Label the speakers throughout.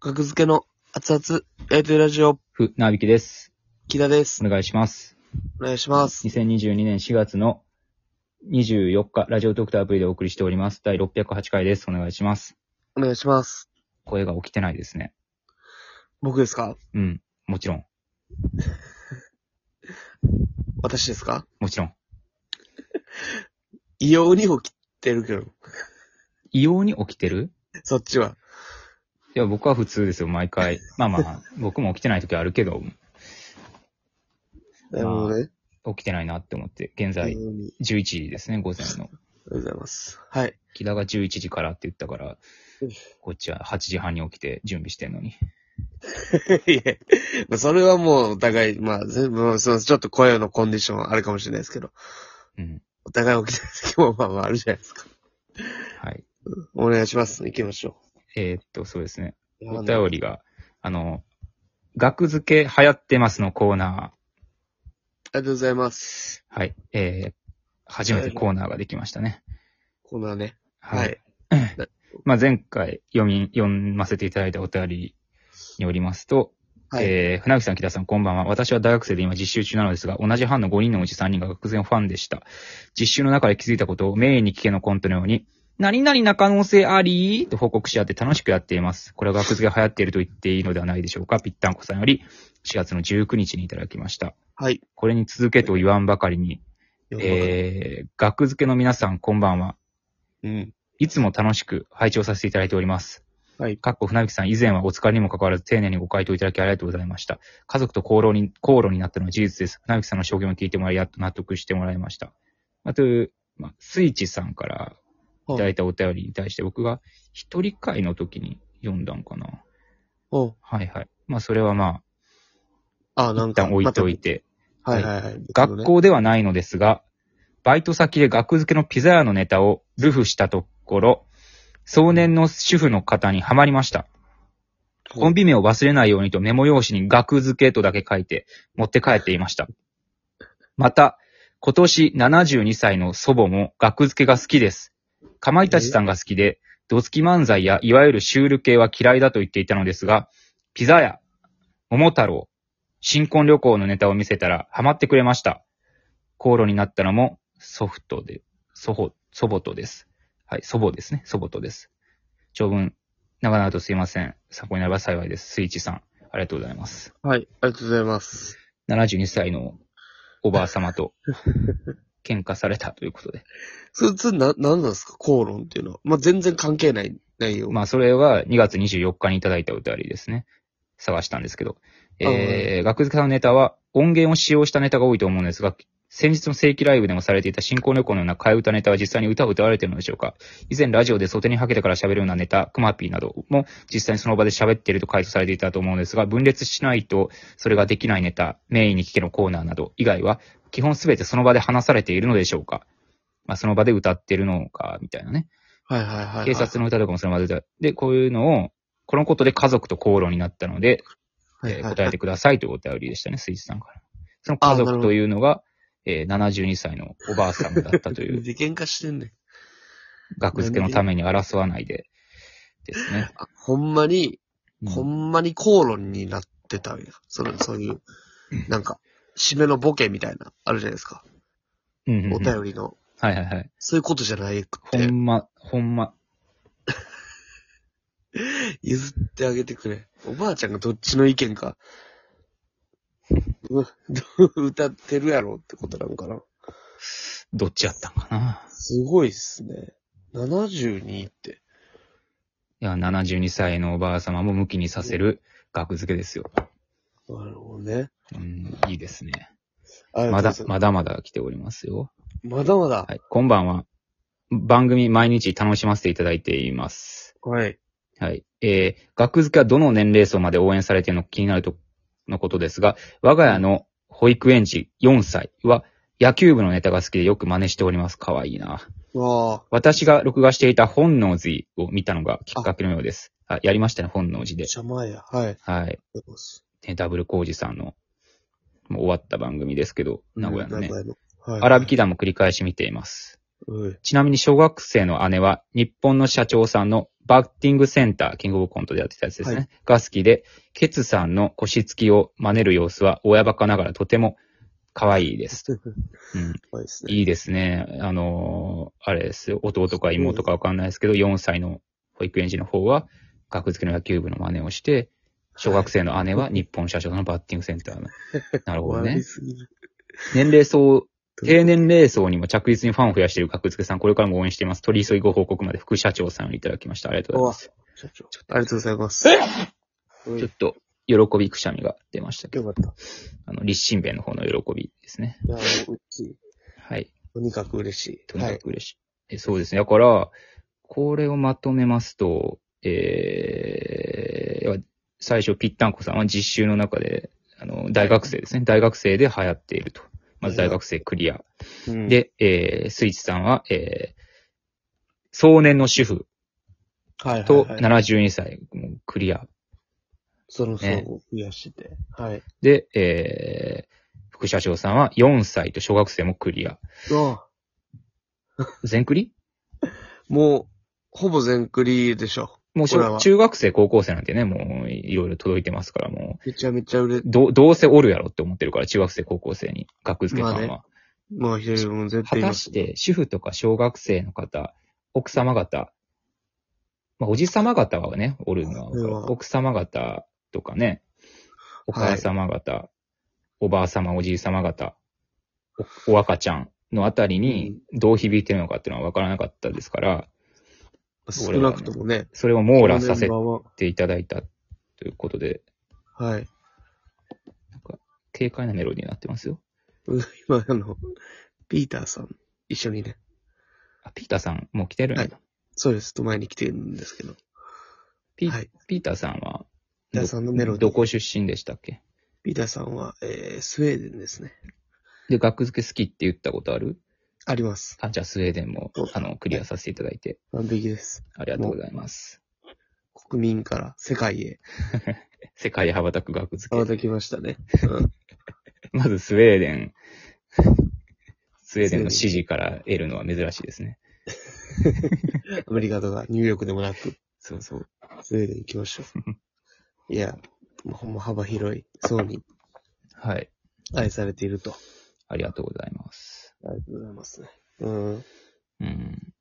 Speaker 1: 格付けの熱々、やりとりラジオ、
Speaker 2: ふ、なびきです。
Speaker 1: 木田です。
Speaker 2: お願いします。
Speaker 1: お願いします。
Speaker 2: 2022年4月の24日、ラジオドクター V でお送りしております。第608回です。お願いします。
Speaker 1: お願いします。
Speaker 2: 声が起きてないですね。
Speaker 1: 僕ですか
Speaker 2: うん。もちろん。
Speaker 1: 私ですか
Speaker 2: もちろん。
Speaker 1: 異様に起きてるけど、
Speaker 2: 異様に起きてる
Speaker 1: そっちは。
Speaker 2: いや、僕は普通ですよ、毎回。 まあまあ、僕も起きてない時はあるけど、
Speaker 1: なるほどね。
Speaker 2: 起きてないなって思って、現
Speaker 1: あり
Speaker 2: 在11時ですね、午前の。
Speaker 1: がとうございます。はい。
Speaker 2: 木田が11時からって言ったから
Speaker 1: うん、
Speaker 2: こっちは8時半に起きて準備してんのに。
Speaker 1: いえ、まあそれはもうお互い、まあ全部、そのちょっと声のコンディションあるかもしれないですけど、
Speaker 2: うん。
Speaker 1: お互い起きてる時もまあまああるじゃないですか。
Speaker 2: はい。
Speaker 1: お願いします。行きましょ
Speaker 2: えーっと、そうですね。
Speaker 1: う。
Speaker 2: お便りが、あの、学付け流行ってますのコーナ
Speaker 1: ありがとうございます。
Speaker 2: ー。はい。えー、初めてコーナーができましたね。
Speaker 1: コーナーね。
Speaker 2: は。
Speaker 1: はいい。
Speaker 2: まあ、前回読み、読ませていただいたお便りによりますと、
Speaker 1: はい
Speaker 2: えー、船木さん、木田さん、こんばんは。私は大学生で今実習中なのですが、同じ班の5人のうち3人が学然ファンでした。実習の中で気づいたことを、名医に聞けのコントのように、何々な可能性ありと報告し合って楽しくやっています。これは学付けが流行っていると言っていいのではないでしょうか。ぴったんこさんより、4月の19日にいただきました。
Speaker 1: はい。
Speaker 2: これに続けと言わんばかりに、
Speaker 1: え
Speaker 2: えー、学付けの皆さん、こんばんは。
Speaker 1: うん。
Speaker 2: いつも楽しく拝聴させていただいております。
Speaker 1: はい
Speaker 2: かっこ船引さん、以前はお疲れにもかかわらず丁寧にご回答いただきありがとうございました。家族と口論に、口論になったのは事実です。船引さんの証言を聞いてもらい、やっと納得してもらいました。あと、まあ、スイッチさんからいただいたお便りに対して僕が一人会の時に読んだんかな。
Speaker 1: おう
Speaker 2: はいはい。まあ、それはま
Speaker 1: あ、
Speaker 2: あ、
Speaker 1: な
Speaker 2: 一
Speaker 1: んか。
Speaker 2: 旦置いておいて。
Speaker 1: また。はいはいはい。
Speaker 2: 学
Speaker 1: 校。
Speaker 2: 校ではないのですが、バイト先で学付けのピザ屋のネタをルフしたところ、壮年の主婦の方にはまりました。コンビ名を忘れないようにとメモ用紙に学付けとだけ書いて持って帰っていました。また、今年72歳の祖母も学付けが好きです。かまいたちさんが好きで、ドツキ漫才やいわゆるシュール系は嫌いだと言っていたのですが、ピザ屋、桃太郎、新婚旅行のネタを見せたらハマってくれました。口論になったのも祖父とで、祖母、祖母とです。はい、祖母ですね。祖母とです。長文、長々とすいません。参考になれば幸いです。スイッチさん、ありがとうございます。
Speaker 1: はい。ありがとうございます。
Speaker 2: 72歳のおばあ様と喧嘩されたということで。
Speaker 1: それ、それ、な、なんなんですか口論っていうのは。まあ、全然関係ない内容。
Speaker 2: まあ、それは2月24日にいただいたお便りですね。探したんですけど。えー、学付けさんのネタは音源を使用したネタが多いと思うんですが、先日の正規ライブでもされていた新婚旅行のような替え歌ネタは実際に歌を歌われているのでしょうか以前ラジオでソテにはけてから喋るようなネタ、クマピーなども実際にその場で喋っていると回答されていたと思うんですが、分裂しないとそれができないネタ、メインに聞けのコーナーなど以外は基本すべてその場で話されているのでしょうかまあその場で歌ってるのか、みたいなね。
Speaker 1: はいはいはいはい。
Speaker 2: 警察の歌とかもそのまま出た。で、こういうのを、このことで家族と口論になったので、
Speaker 1: はいはい
Speaker 2: え
Speaker 1: は
Speaker 2: ー
Speaker 1: い
Speaker 2: 答えてくださいというお便りでしたね、スイーツさんから。その家
Speaker 1: あなる
Speaker 2: 族
Speaker 1: ほど
Speaker 2: というのが、えー72歳のおばあさんだった という、
Speaker 1: で喧嘩してんねん。
Speaker 2: 学付けのために争わないで、ですね。
Speaker 1: あほんまに、
Speaker 2: うん
Speaker 1: ほんまに口論になってたんや。その、そういう、なんか、締めのボケみたいな、あるじゃないですか。
Speaker 2: うんうんう
Speaker 1: お
Speaker 2: んはい
Speaker 1: 便りの。
Speaker 2: はいはい。
Speaker 1: そういうことじゃないく
Speaker 2: ほ
Speaker 1: て、
Speaker 2: んま、ほんま、
Speaker 1: 譲ってあげてくれ。おばあちゃんがどっちの意見か、う歌ってるやろってことなのかな。
Speaker 2: どっちやったんかな。
Speaker 1: すごいっすね。72って。
Speaker 2: いや、72歳のおばあ様も向きにさせる学付けですよ。
Speaker 1: なるほどね。
Speaker 2: うん、いいですね。
Speaker 1: ありがとう
Speaker 2: まだ
Speaker 1: ござ、いま
Speaker 2: まだまだ来ておりますよ。
Speaker 1: すまだまだ。
Speaker 2: はい、こんばんは。番組毎日楽しませていただいています。
Speaker 1: はい。
Speaker 2: はい。えー、学付けはどの年齢層まで応援されているのか気になると、のことですが、我が家の保育園児4歳は野球部のネタが好きでよく真似しております。かわいいな。
Speaker 1: わ
Speaker 2: 私が録画していた本能寺を見たのがきっかけのようです。あ、やりましたね、本能寺
Speaker 1: あ、
Speaker 2: で。
Speaker 1: 邪魔や。はい。ありがと
Speaker 2: はい。
Speaker 1: うございます
Speaker 2: ねダブル工事さんの、もう終わった番組ですけど、名古屋のね
Speaker 1: 名。古屋の。はい。
Speaker 2: 荒引き団も繰り返し見ています。
Speaker 1: うい。
Speaker 2: ちなみに小学生の姉は、日本の社長さんのバッティングセンター、キングオブコントでやってたやつですね。
Speaker 1: はい
Speaker 2: が好きで、ケツさんの腰つきを真似る様子は、親バカながらとても可愛いです。うん、
Speaker 1: 怖いですね。
Speaker 2: いいですね。あのーあれですよ。弟か妹かわかんないですけど、4歳の保育園児の方は、学付けの野球部の真似をして、 小学生の姉は日本社長のバッティングセン ターの。なるほど
Speaker 1: 怖
Speaker 2: ね
Speaker 1: い。すぎる。
Speaker 2: 年齢層、低年齢層にも着実にファンを増やしている格付けさん、これからも応援しています。取り急ぎご報告まで副社長さんをいただきました。ありがとうございます。
Speaker 1: 社長。ありがとうございます。えう
Speaker 2: ちょ
Speaker 1: い。
Speaker 2: っと、喜びくしゃみが出ましたけど、
Speaker 1: よかった。
Speaker 2: あの、立身弁の方の喜びですね。
Speaker 1: いや、うちい。
Speaker 2: はい。
Speaker 1: とにかく嬉し
Speaker 2: と
Speaker 1: い。
Speaker 2: に
Speaker 1: は
Speaker 2: か
Speaker 1: い。
Speaker 2: く嬉しい。えそうですね。だから、これをまとめますと、えー、最初、ぴったんこさんは実習の中で、あの、大学生ですね。大学生で流行っていると。まず大学生クリア。
Speaker 1: うん、
Speaker 2: で、えー、スイッチさんは、えー、壮年の主婦
Speaker 1: はいはい
Speaker 2: と
Speaker 1: はい、
Speaker 2: 72歳、もうクリア。
Speaker 1: そろそろ
Speaker 2: ね
Speaker 1: 増やしてて。はい。
Speaker 2: で、えー、副社長さんは4歳と小学生もクリア。
Speaker 1: うわ
Speaker 2: 全クリ
Speaker 1: もう、ほぼ全クリでしょ。
Speaker 2: もう
Speaker 1: これ
Speaker 2: 小
Speaker 1: は
Speaker 2: 中学生、高校生なんてね、もういろいろ届いてますから、も
Speaker 1: めちゃめちゃ売れ
Speaker 2: う、、どう、どうせおるやろって思ってるから、中学生、高校生に、学付けさんは。
Speaker 1: ままあ一人も絶
Speaker 2: 果
Speaker 1: 対い
Speaker 2: た
Speaker 1: ます。
Speaker 2: して、主婦とか小学生の方、奥様方、まあ、おじ様方はね、おるのはわかる
Speaker 1: それは
Speaker 2: 奥様方とかね、お母様方、おばあ様、おじい様方、おお赤ちゃんのあたりにどう響いてるのかっていうのは分からなかったですから、
Speaker 1: 少なくともね。
Speaker 2: それを網羅させ
Speaker 1: この
Speaker 2: ていただいたということで、
Speaker 1: メンバーははい。
Speaker 2: 軽快なメロディーになってますよ。
Speaker 1: うん今、あの、ピーターさん、一緒にね。
Speaker 2: あ、ピーターさん、もう来てるんや
Speaker 1: はいそうです。と前に来てるんですけど。
Speaker 2: ピー
Speaker 1: はい。
Speaker 2: ピーターさんは
Speaker 1: ピーターさんのメロ
Speaker 2: ど、
Speaker 1: ディー
Speaker 2: どこ出身でしたっけ
Speaker 1: ピーターさんは、えー、スウェーデンですね。
Speaker 2: で、学付け好きって言ったことある
Speaker 1: あります。
Speaker 2: あ、じゃあスウェーデンも
Speaker 1: そう、
Speaker 2: あの、クリアさせていただいて、
Speaker 1: 完璧です。
Speaker 2: ありがとうございます。
Speaker 1: 国民から世界へ
Speaker 2: 世界へ羽ばたく学付
Speaker 1: 羽ば
Speaker 2: け。
Speaker 1: たきましたね。
Speaker 2: まずスウェーデン。スウェーデンの支持から得るのは珍しいですね。
Speaker 1: アメリカとかニューヨークでもなく、
Speaker 2: そうそう。
Speaker 1: スウェーデン行きましょ う。いや、もうほんま幅広い層に
Speaker 2: はい。
Speaker 1: 愛されていると。
Speaker 2: ありがとうございます。
Speaker 1: ありがとうございますね。うん。
Speaker 2: うん。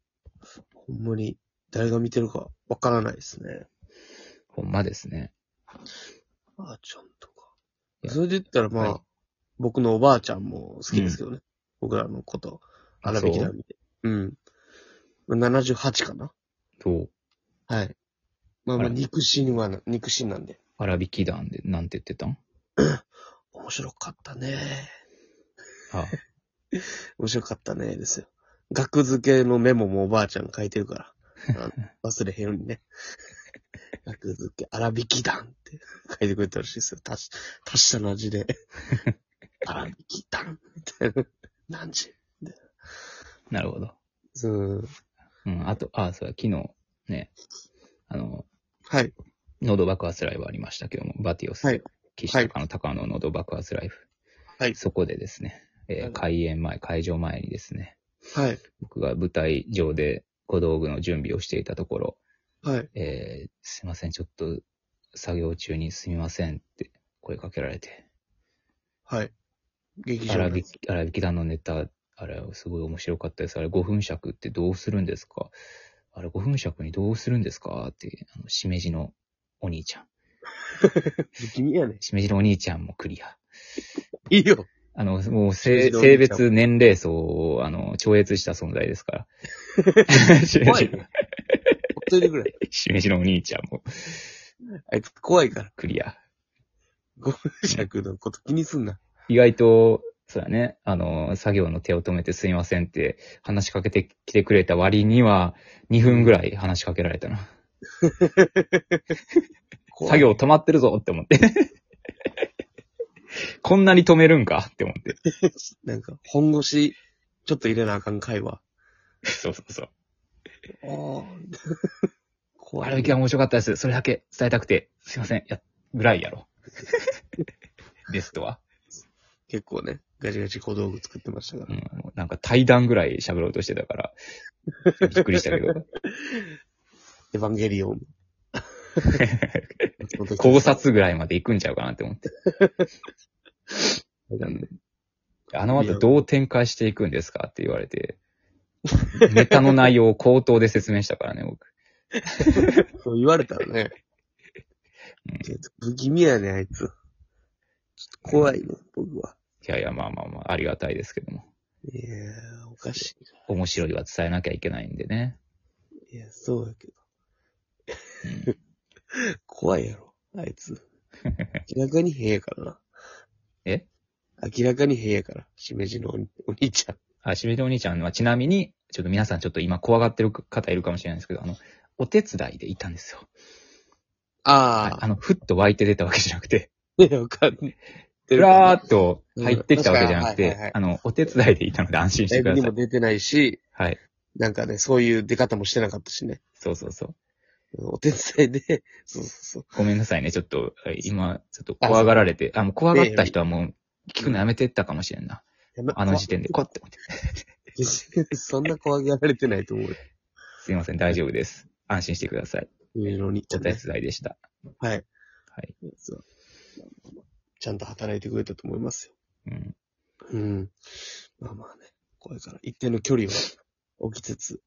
Speaker 1: ほんまに、誰が見てるかわからないですね。
Speaker 2: ほんまですね。
Speaker 1: ばあちゃんと
Speaker 2: い
Speaker 1: か。
Speaker 2: や
Speaker 1: それで言ったらまあ、
Speaker 2: はい
Speaker 1: 僕のおばあちゃんも好きですけどね。僕らのこと、
Speaker 2: あ
Speaker 1: 荒引き
Speaker 2: そ
Speaker 1: な
Speaker 2: うん
Speaker 1: で。うん。78かな
Speaker 2: そう。
Speaker 1: はい。まあま
Speaker 2: あ
Speaker 1: あ、
Speaker 2: ら
Speaker 1: 肉親はな、肉親なんで。
Speaker 2: 荒引き団で、なんて言ってたん
Speaker 1: 面白かったね。
Speaker 2: あ、
Speaker 1: 面白かったね、ですよ。学付けのメモもおばあちゃんが書いてるから。あ の忘れへんようにね。学付け、荒引き団って書いてくれたらしいですよ。達し、達者な 字で。荒引き団みたいな。何時
Speaker 2: なるほど。
Speaker 1: うん。
Speaker 2: うん。あと、あ、そうだ、昨日、ね、あの、
Speaker 1: はい。
Speaker 2: 喉爆発ライブありましたけども、バティオス、
Speaker 1: はい
Speaker 2: 岸高の高野喉爆発ライブ。
Speaker 1: はい
Speaker 2: そこでですね、えー
Speaker 1: はい
Speaker 2: 開演前、会場前にですね、
Speaker 1: はい。
Speaker 2: 僕が舞台上で小道具の準備をしていたところ、
Speaker 1: はい。
Speaker 2: えーすいません、ちょっと作業中にすみませんって声かけられて、
Speaker 1: はい。劇場
Speaker 2: 荒
Speaker 1: の
Speaker 2: 引き荒引き団のネタ、あれ、すごい面白かったです。あれ、5分尺ってどうするんですかあれ、5分尺にどうするんですかって、あの、しめじのお兄ちゃん。
Speaker 1: 不気味やね。
Speaker 2: しめじのお兄ちゃんもクリア。
Speaker 1: いいよ。
Speaker 2: あの、もう
Speaker 1: しめじ
Speaker 2: 性、
Speaker 1: のお兄ちゃん
Speaker 2: 性別、年齢層を、あの、超越した存在ですから。しめ
Speaker 1: 怖
Speaker 2: じ
Speaker 1: い、ね。ほっといてくれ。
Speaker 2: しめじのお兄ちゃんも
Speaker 1: あいつ怖いから。
Speaker 2: クリア。
Speaker 1: ご尺のこと気にすんな。
Speaker 2: 意外と、そうだね、あの、作業の手を止めてすいませんって話しかけてきてくれた割には、2分ぐらい話しかけられたな。
Speaker 1: 怖
Speaker 2: 作
Speaker 1: い
Speaker 2: 業止まってるぞって思って。 こんなに止めるんかって思って。
Speaker 1: なんか、本腰、ちょっと入れなあかん会話。
Speaker 2: そうそうそう。
Speaker 1: ああ。怖
Speaker 2: あ
Speaker 1: い。
Speaker 2: れだけは面白かったです。それだけ 伝えたくて、すいません。や、ぐらいやろ。ベストは。
Speaker 1: 結構ね、ガチガチ小道具作ってましたか
Speaker 2: う
Speaker 1: ら。
Speaker 2: ん、なんか対談ぐらい喋ろうとしてたから、 びっくりしたけど。
Speaker 1: エヴァンゲリオ ン。松本人志
Speaker 2: 考察ぐらいまで行くんちゃうかなって思って。
Speaker 1: なんで
Speaker 2: あの後どう展開していくんですかって言われて、ネタの内容を口頭で説明したからね、僕。
Speaker 1: そう言われたらね。不気味やね、あいつ。怖いね、僕は。
Speaker 2: いやいや、まあまあまあ、ありがたいですけども。
Speaker 1: いやー、おかし
Speaker 2: 面白いは伝えなきゃいけないんでね。
Speaker 1: い。いや、そうやけど。
Speaker 2: うん
Speaker 1: 怖いやろ、あいつ。明らかに変やからな。
Speaker 2: え
Speaker 1: 明らかに変やから、しめじのお兄お兄ちゃん。
Speaker 2: あ、しめじお兄ちゃんはちなみに、ちょっと皆さんちょっと今怖がってる方いるかもしれないですけど、あの、お手伝いでいたんですよ。あ
Speaker 1: あ
Speaker 2: あの、ふっと湧いて出たわけじゃなくて、
Speaker 1: あ、ね、わかんない。
Speaker 2: ふらーっと入ってきたわけじゃなく
Speaker 1: うん確かにはいはいは
Speaker 2: て
Speaker 1: い、
Speaker 2: あの、お手伝いでいたので安心し
Speaker 1: ライ
Speaker 2: てく
Speaker 1: ブに
Speaker 2: ださ
Speaker 1: も
Speaker 2: い。
Speaker 1: 出てないし、
Speaker 2: はい。
Speaker 1: なんかね、そういう出方もしてなかったしね。
Speaker 2: そうそうそう。
Speaker 1: お手伝いで、そうそうそう。
Speaker 2: ごめんなさいね、ちょっと、はい今、ちょっと怖がられて、あ、もう怖がった人はもう、聞くのやめてったかもしれんな。
Speaker 1: やめ
Speaker 2: あの時点で、こって思って。
Speaker 1: そんな怖がられてないと思うよ。
Speaker 2: すいません、大丈夫です。安心してください。
Speaker 1: 上のに。
Speaker 2: お手伝いでした。
Speaker 1: はい。
Speaker 2: はい。
Speaker 1: そうちゃんと働いてくれたと思いますよ。
Speaker 2: うん。
Speaker 1: うん。まあまあね、怖いから、一定の距離を置きつつ、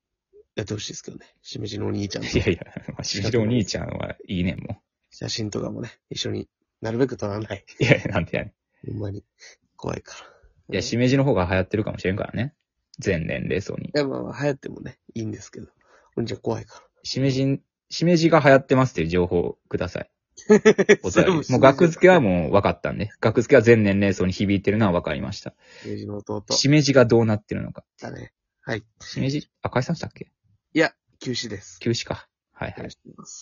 Speaker 1: やってほしいですけどね。しめじのお兄ちゃんの
Speaker 2: いやいや、まあ、しじろお兄ちゃんはいいねん、も
Speaker 1: 写真とかもね、一緒になるべく撮らない。
Speaker 2: う。いや、なんてやねん。
Speaker 1: ほんまに、怖いから。
Speaker 2: いや、しめじの方が流行ってるかもしれんからね。全年齢層に
Speaker 1: い。や、まあまあ、流行ってもね、いいんですけど。お兄ちゃん怖いか
Speaker 2: しめじん、しめじが流行ってますっていう情報をください。
Speaker 1: ら。
Speaker 2: お便り。もう、学付けはもう分かったんで。学付けは全年齢層に響いてるのは分かりました。
Speaker 1: しめじの弟。
Speaker 2: しめじがどうなってるのか。
Speaker 1: だね。はい。
Speaker 2: しめじ、あ、解散したっけ
Speaker 1: いや、休止です。
Speaker 2: 休止か。はいはい
Speaker 1: お願い。します。